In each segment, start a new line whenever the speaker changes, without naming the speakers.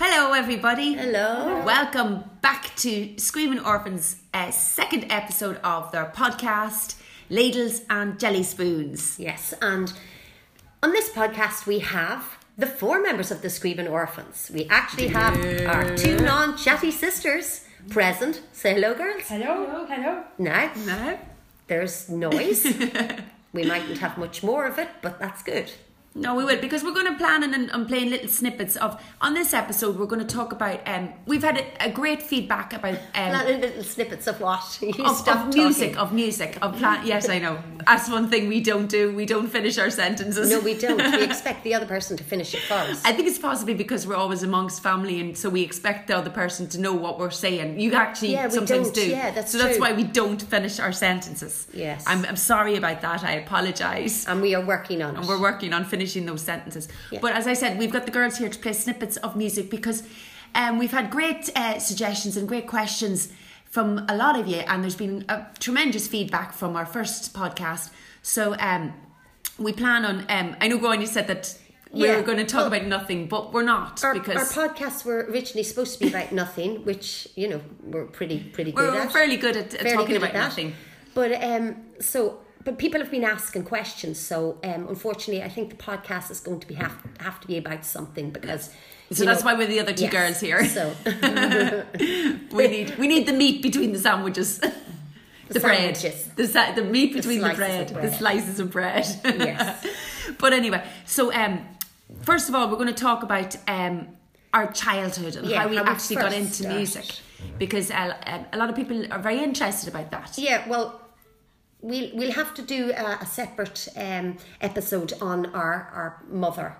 everybody.
Hello.
Welcome back to Screaming Orphans' uh, second episode of their podcast, Ladles and Jelly Spoons.
Yes, and on this podcast we have the four members of the Screaming Orphans. We actually have our two non-chatty sisters present. Say hello, girls.
Hello, hello.
Now
No,
there's noise. we mightn't have much more of it, but that's good.
no, we will because we're going to plan and, and, and playing little snippets of. On this episode, we're going to talk about. Um, we've had a, a great feedback about. Um,
Little, little snippets of what you
of,
stop
of music,
talking.
of music, of plan. Yes, I know. That's one thing we don't do. We don't finish our sentences.
No, we don't. We expect the other person to finish it first.
I think it's possibly because we're always amongst family, and so we expect the other person to know what we're saying. You actually
Yeah, we
sometimes
don't.
do.
Yeah, that's
so that's
true.
why we don't finish our sentences.
Yes.
I'm, I'm sorry about that. I apologise.
and we are working on it.
We're working on finishing those sentences.
Yeah.
But as I said, we've got the girls here to play snippets of music because um, we've had great uh, suggestions and great questions from a lot of you, and there's been a tremendous feedback from our first podcast. So um, we plan on. Um, I know, Gowan, you said that we
Yeah.
were going to talk
Well,
about nothing, but we're not
our,
because
our podcasts were originally supposed to be about nothing, which you know we're pretty pretty good
we're,
at.
fairly good at, at
Fairly
talking
good
about
at that.
nothing.
But um, so but people have been asking questions, so um, unfortunately, I think the podcast is going to be have have to be about something because.
So
you
that's
know-
why we're the other two
Yes,
girls here.
So
We need we need the meat between the sandwiches. The bread,
sandwiches.
the, sa- the meat between the, bread,
slices
the
of bread.
slices of bread.
Yes.
but anyway, so um, first of all, we're going to talk about um, our childhood and
Yeah,
how we
how we
actually got
first
into
started.
music, because uh, um, a lot of people are very interested about that.
yeah, well. We'll, we'll have to do a, a separate um, episode on our, our mother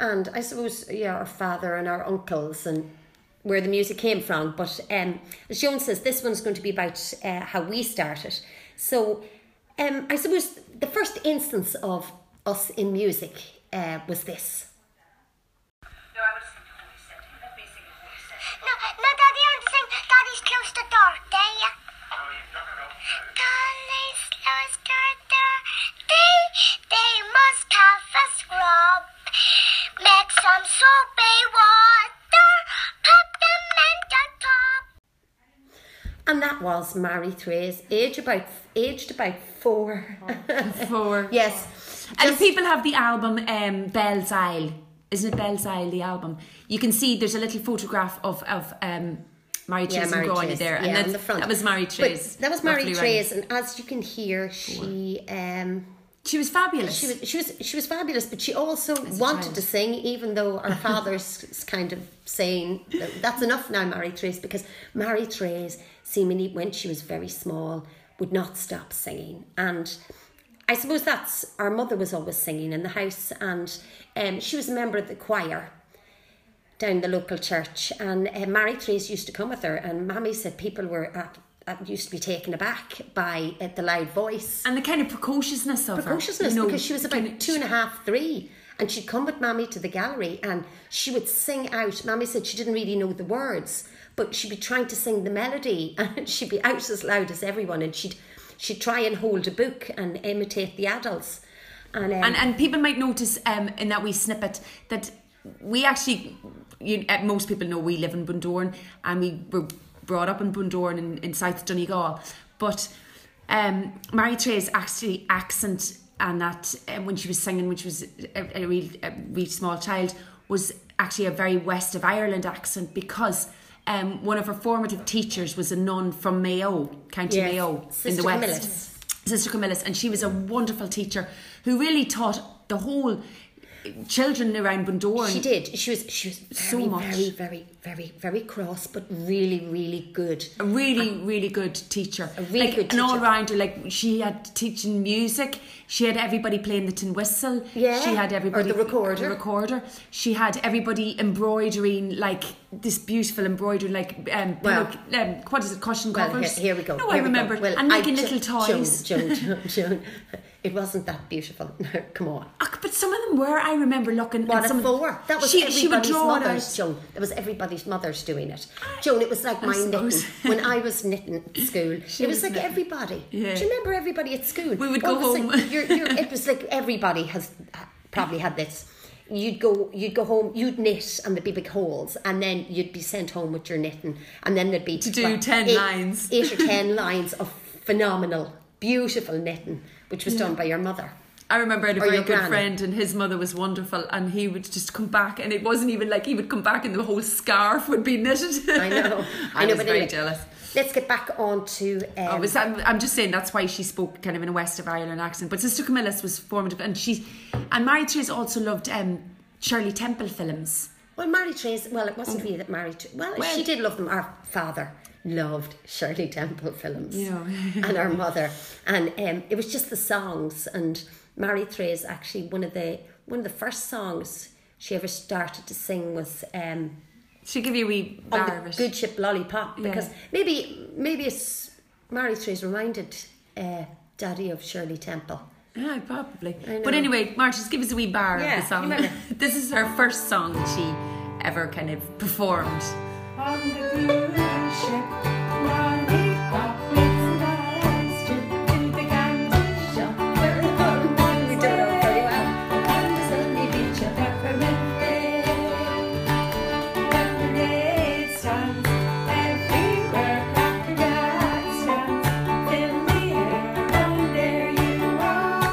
and I suppose yeah, our father and our uncles and where the music came from. But um, as Joan says, this one's going to be about uh, how we started. So um, I suppose the first instance of us in music uh, was this.
No, I want to sing before we said. Let me sing before we said.
No, no, Daddy, I want to sing Daddy's Close the Door, do ya?
No, you've not got off.
Daddy's close the door. They, they must have a scrub. Make some soapy water. Pop them in the tub.
And that was Mary Thrace, aged about aged about four.
For
yes,
and
Just-
people have the album um, Bell's Isle, isn't it Bell's Isle? The album you can see there's a little photograph of of um, Mary Chase and
Mary
Grania
Trace.
there,
yeah,
and that's,
on the front.
that was Mary
But
Chase.
That was Mary Trace, and as you can hear, she um,
She was fabulous.
she was she was she was fabulous, but she also wanted
child.
to sing, even though her father's s- kind of saying that that's enough now, Mary Trace, because Mary Trace, seemingly when she was very small, would not stop singing, and I suppose that's our mother was always singing in the house, and um, she was a member of the choir down the local church, and uh, Mary Therese used to come with her, and Mammy said people were at, at, used to be taken aback by uh, the loud voice
and the kind of precociousness of her.
precociousness
you know,
because she was
kind
about
of-
two and a half, three, and she'd come with Mammy to the gallery and she would sing out. Mammy said she didn't really know the words, but she'd be trying to sing the melody and she'd be out as loud as everyone, and she'd she'd try and hold a book and imitate the adults. And, um,
and and people might notice um, in that wee snippet that we actually, you, uh, most people know we live in Bundoran and we were brought up in Bundoran in, in South Donegal, but um, Mary Trey's actually accent and that um, when she was singing, when she was a, a, real, a real small child, was actually a very west of Ireland accent because. Um, one of her formative teachers was a nun from Mayo, County
Yes,
Mayo, in
Sister
the west.
Camillus.
Sister Camillus, and she was a wonderful teacher who really taught the whole children around Bundoran.
she did. She was she was
So
very,
much.
very, very, very, very cross, but really, really good.
A really, really good teacher. A
really
like,
good
An
teacher.
all rounder. Like she had teaching music. She had everybody playing the tin whistle.
Yeah,
She had
or
everybody
the recorder.
the recorder. She had everybody embroidering like this beautiful embroidery, like um,
Well-
pillow- um what is it, cushion
Well, here,
covers.
here we go.
No,
here
I
we go.
remember.
Well,
and
I
making
ju-
little toys.
Joan, Joan, Joan, Joan, it wasn't that beautiful. Now, come on.
Ah, but some of them were. I remember looking.
What
at some
a
of them-
four! That was
she,
everybody's
she would draw it out.
mother's, Joan. It was everybody's mother's doing it. Joan, it was like my knitting.
suppose.
When I was knitting at school, it was,
was
like
knitting.
everybody.
Yeah.
Do you remember everybody at school?
We would go
All of a sudden,
home.
you're- you're- it was like everybody has probably had this. you'd go you'd go home you'd knit and there'd be big holes and then you'd be sent home with your knitting and then there'd be to
do 10 lines.
eight or ten lines of phenomenal beautiful knitting which was done by your mother
I remember I had a
Or
very
your
good
granny.
friend, and his mother was wonderful, and he would just come back, and it wasn't even like he would come back, and the whole scarf would be knitted.
I know
I,
know
was
but
very
anyway,
jealous.
let's get back on to um,
I Oh, was, I'm, I'm just saying that's why she spoke kind of in a West of Ireland accent. But Sister Camillus was formative, and she and Mary Therese also loved um, Shirley Temple films.
Well, Mary Trace, well, it wasn't really that Mary Tra- well,
Mm. Well-
she did love them. Our father loved Shirley Temple films.
Yeah.
and our mother. And um, it was just the songs. And Mary Trace, actually, one of the one of the first songs she ever started to sing was um,
She give you a wee
on
bar of
the
it.
Good Ship Lollipop. Because
Yeah.
maybe maybe it's Mary Trace reminded uh, Daddy of Shirley Temple.
Yeah, probably.
I
But
know.
anyway, Marcia, just give us a wee bar
Yeah,
of the song.
remember.
this is her first song that she ever kind of performed.
On the blue ship, lollipop, it's nice to do the candy shop. There are no one's
We don't know very well.
there, and there's only beach of peppermint day. When the raid stands, everywhere cracker jack stands. Fill the air, and there you are.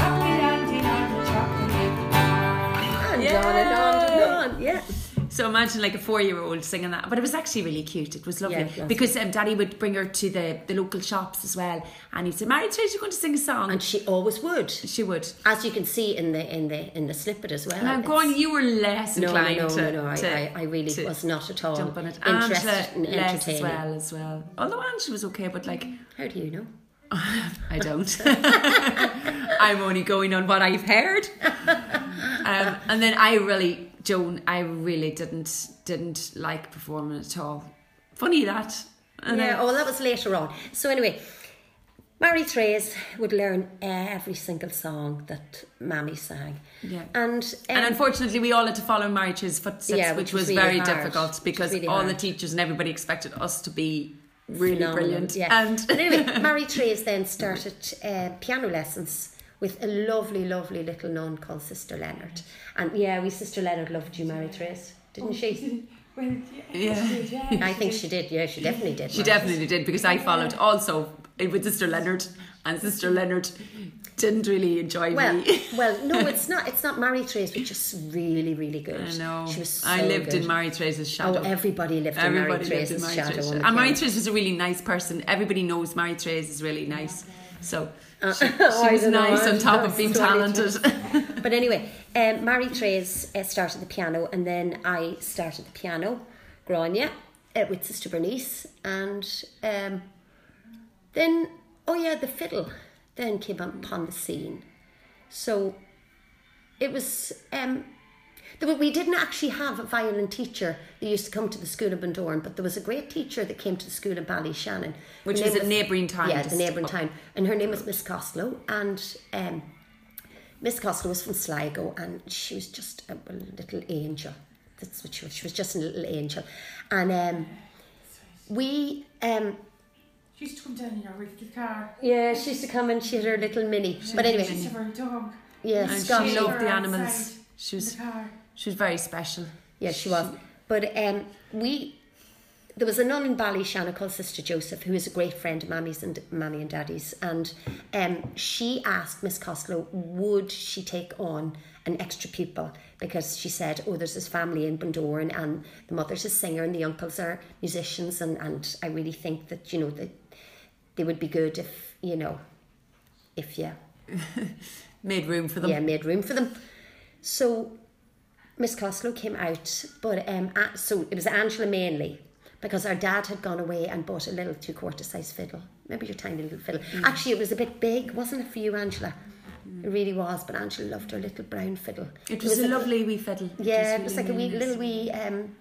Happy landing on the chocolate bar.
And on and on and on. Yeah.
So imagine like a four-year-old singing that, but it was actually really cute. It was lovely
Yeah, it was.
because um, Daddy would bring her to the, the local shops as well, and he'd say, "Mary Therese, you're going to sing a song,"
And
and
she always would.
she would.
as you can see in the in the in the snippet as well.
And I'm
it's-
going, you were less
no, no,
inclined
no,
to,
no, no. I,
to-
I, I really
to
was not at all
jump on it.
interested
Angela
in
less as
entertaining.
well, as well. Although Angela was okay, but like
How do you know?
I don't. I'm only going on what I've heard. Um, and then I really, Joan, I really didn't didn't like performing at all. Funny that. And
yeah, oh, well, that was later on. So anyway, Mary Therese would learn every single song that Mammy sang.
Yeah.
and um,
and unfortunately, we all had to follow Mary Cher's footsteps,
Yeah,
which,
which
was
was really
very
hard. Which
difficult
was
because
really
all the
hard.
teachers and everybody expected us to be really
phenomenal,
brilliant.
Yeah.
And
But anyway, Mary Therese then started uh, piano lessons with a lovely, lovely little nun called Sister Leonard. And yeah, we Sister Leonard loved you, Mary Therese, didn't she?
Well,
Yeah.
she did, yeah.
I think she did. Yeah, she definitely did.
She definitely did because I followed also with Sister Leonard, and Sister Leonard didn't really enjoy
Well,
me.
well, no, it's not. It's not Mary Therese, which is really, really good.
I know.
She was so
I lived
good.
in Mary Therese's
Oh,
shadow.
everybody lived in Mary
Everybody lived in
Therese's
Mary
shadow.
Therese.
on the
And Mary
piano.
Therese was a really nice person. Everybody knows Mary Therese is really nice. So she, she
Oh, I
was
don't know,
nice
I'm
on top
not
of being
sorry
talented.
to- But anyway, um, Mary Therese uh, started the piano, and then I started the piano, Grania, uh, with Sister Bernice, and um, then oh yeah, the fiddle then came up upon the scene. So it was um, there, were- we didn't actually have a violin teacher that used to come to the school in Bundoran, but there was a great teacher that came to the school in Ballyshannon,
Which
Her
was
name
a neighbouring town,
Yeah, the
just
neighbouring town, and her name was Miss Costello, and. Um, Miss Costello was from Sligo and she was just a little angel. That's what she was. She was just a little angel. And um, we, um,
She used to come down in her wicked car.
yeah, she used to come and she had her little mini. But
She
anyway,
used to have her dog.
yeah,
And
Scotty.
she
She
loved the
were
animals.
outside
She
in
was
the car.
she was very special.
Yeah, she was. But um, we, there was a nun in Ballyshannon called Sister Joseph, who is a great friend of Mammy's and Mammy and Daddy's, and um, she asked Miss Costello would she take on an extra pupil because she said, oh, there's this family in Bundoran, and the mother's a singer and the uncles are musicians, and and I really think that you know that they would be good if you know if yeah
Made room for them.
yeah, made room for them. So Miss Costello came out, but um, a- so it was Angela mainly because our dad had gone away and bought a little two quarter size fiddle. Remember your tiny little fiddle?
Mm.
Actually, it was a bit big, wasn't it for you, Angela? It really was, but Angela loved her little brown fiddle.
It was a
like-
lovely wee fiddle.
Yeah, it was,
really,
like a wee,
really nice.
little wee, um,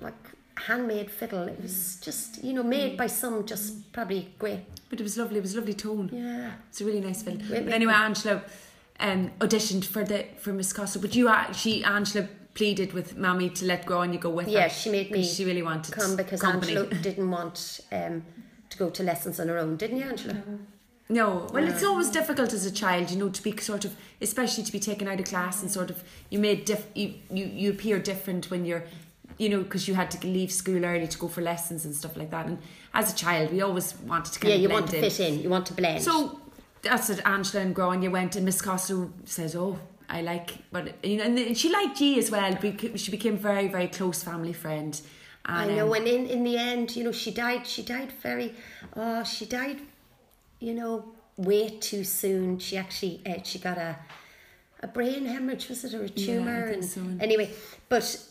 like handmade fiddle. It
Mm.
was just, you know, made by some just probably great.
But it was lovely. It was a lovely tone.
Yeah.
It's a really nice film.
Wait,
But
wait,
anyway, Angela um, auditioned for the for Miss Costa, but you a- she Angela pleaded with Mammy to let go and you go with her.
Yeah, she made me
'cause She really wanted
come because
company. Oh,
Angela didn't want um, to go to lessons on her own, didn't you, Angela?
No, well, it's always difficult as a child, you know, to be sort of, especially to be taken out of class and sort of, you made diff, you, you, you appear different when you're, you know, because you had to leave school early to go for lessons and stuff like that. And as a child, we always wanted to kind
yeah,
of
you
blend
want to
in.
fit in. You want to blend.
So that's it. Angela and Grania went, and Miss Costello says, "Oh, I like," but you know, and then she liked G as well. Bec- She became very, very close family friend.
I
And,
know,
um,
and in, in the end, you know, she died. She died very, oh, she died, you know, way too soon. She actually, uh, she got a, a brain hemorrhage, was it, or a tumor?
think
and
so.
anyway, but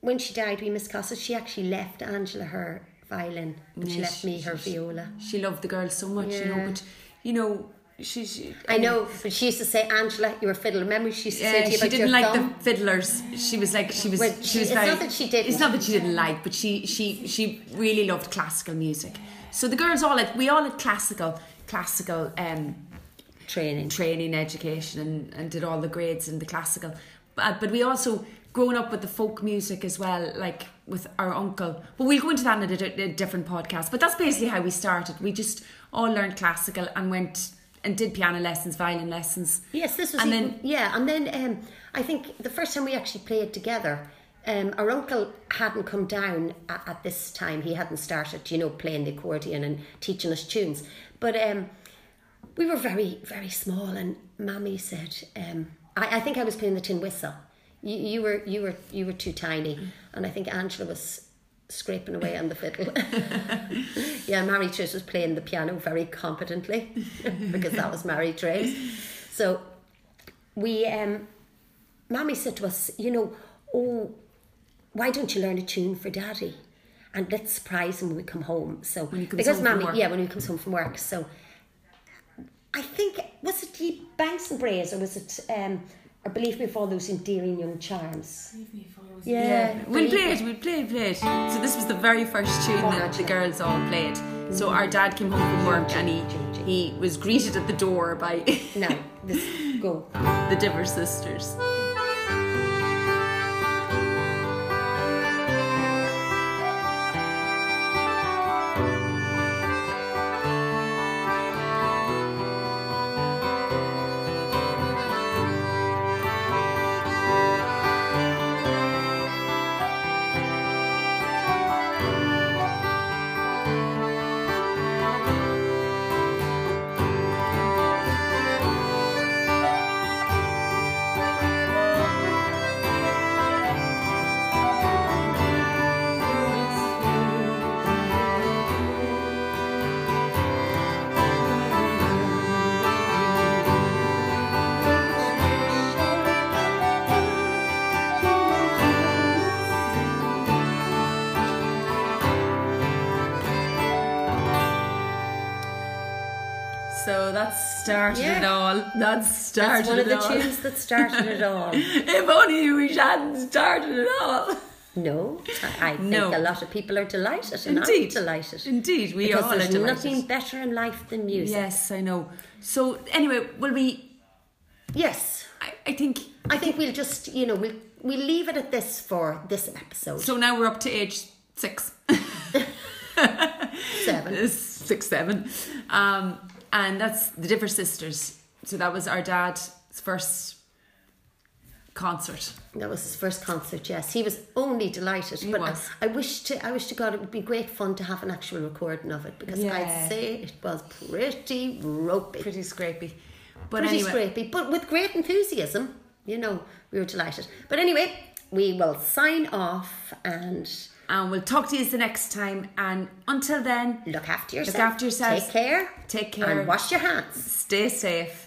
when she died, we Miss Costa, she actually left Angela her violin, and she
Yeah,
left
she-
me her
she-
viola.
um, she loved the girls so much, you know.
Yeah.
But you know, she. she
I know, but she used to say, Angela, you're a fiddle. Remember, she used to say
Yeah,
to you
she
about
didn't
your
like
thumb?
the fiddlers. She was like she was
Well,
she
she-
was
it's
very,
not that she didn't.
It's not that she didn't like, but she she she really loved classical music. So the girls all like we all had classical classical um
training.
training, education, and, and did all the grades and the classical. But, but we also grown up with the folk music as well, like with our uncle. But we'll go into that in a, di- a different podcast. But that's basically how we started. We just all learned classical and went and did piano lessons, violin lessons.
Yes, this was
And
even,
then-
yeah, and then um, I think the first time we actually played together, um, our uncle hadn't come down at, at this time. He hadn't started, you know, playing the accordion and teaching us tunes. But um, we were very, very small, and Mammy said, um, I, I think I was playing the tin whistle. You, you were, you were, you were too tiny, and I think Angela was scraping away on the fiddle. Yeah, Mary Trace was playing the piano very competently because that was Mary Trace. So we, um, Mammy said to us, you know, oh, why don't you learn a tune for Daddy? And let's surprise him when we come home. So
When he comes
because
home from
Mammy,
work.
yeah, when he comes home from work. So I think was it the Banks and Braes or was it um, or Believe Me for All Those Endearing Young Charms? Believe Me for All Those. Yeah,
We'll
Believe
play
Me.
it, we'll play it, play it. So this was the very first tune that the girls all played. So our dad came home from work and he, he was greeted at the door by
Now this go.
the Diver sisters. So that started it
Yeah.
all. That started
That's one of
it
the
all.
tunes that started it all.
If only we hadn't started at all.
No, I I think
No.
a lot of people are delighted, and
Indeed.
I'm delighted.
Indeed, we
because
all
there's
are delighted.
nothing better in life than music.
Yes, I know. So anyway, will we?
Yes,
I, I think
I think we'll just you know we'll we'll leave it at this for this episode
so. Now we're up to age six,
seven.
six, seven, um, and that's the Differ Sisters. So that was our dad's first concert.
That was his first concert. Yes, he was only delighted. but I-
was.
I, wish to I wish to God it would be great fun to have an actual recording of it because
Yeah.
I'd say it was pretty ropey, pretty,
Pretty scrapey, but anyway,
scrapey, but with great enthusiasm. You know, we were delighted. But anyway, we will sign off and.
and we'll talk to you the next time. And until then,
look after yourself.
after yourselves.
Take care.
Take care.
And wash your hands.
stay safe.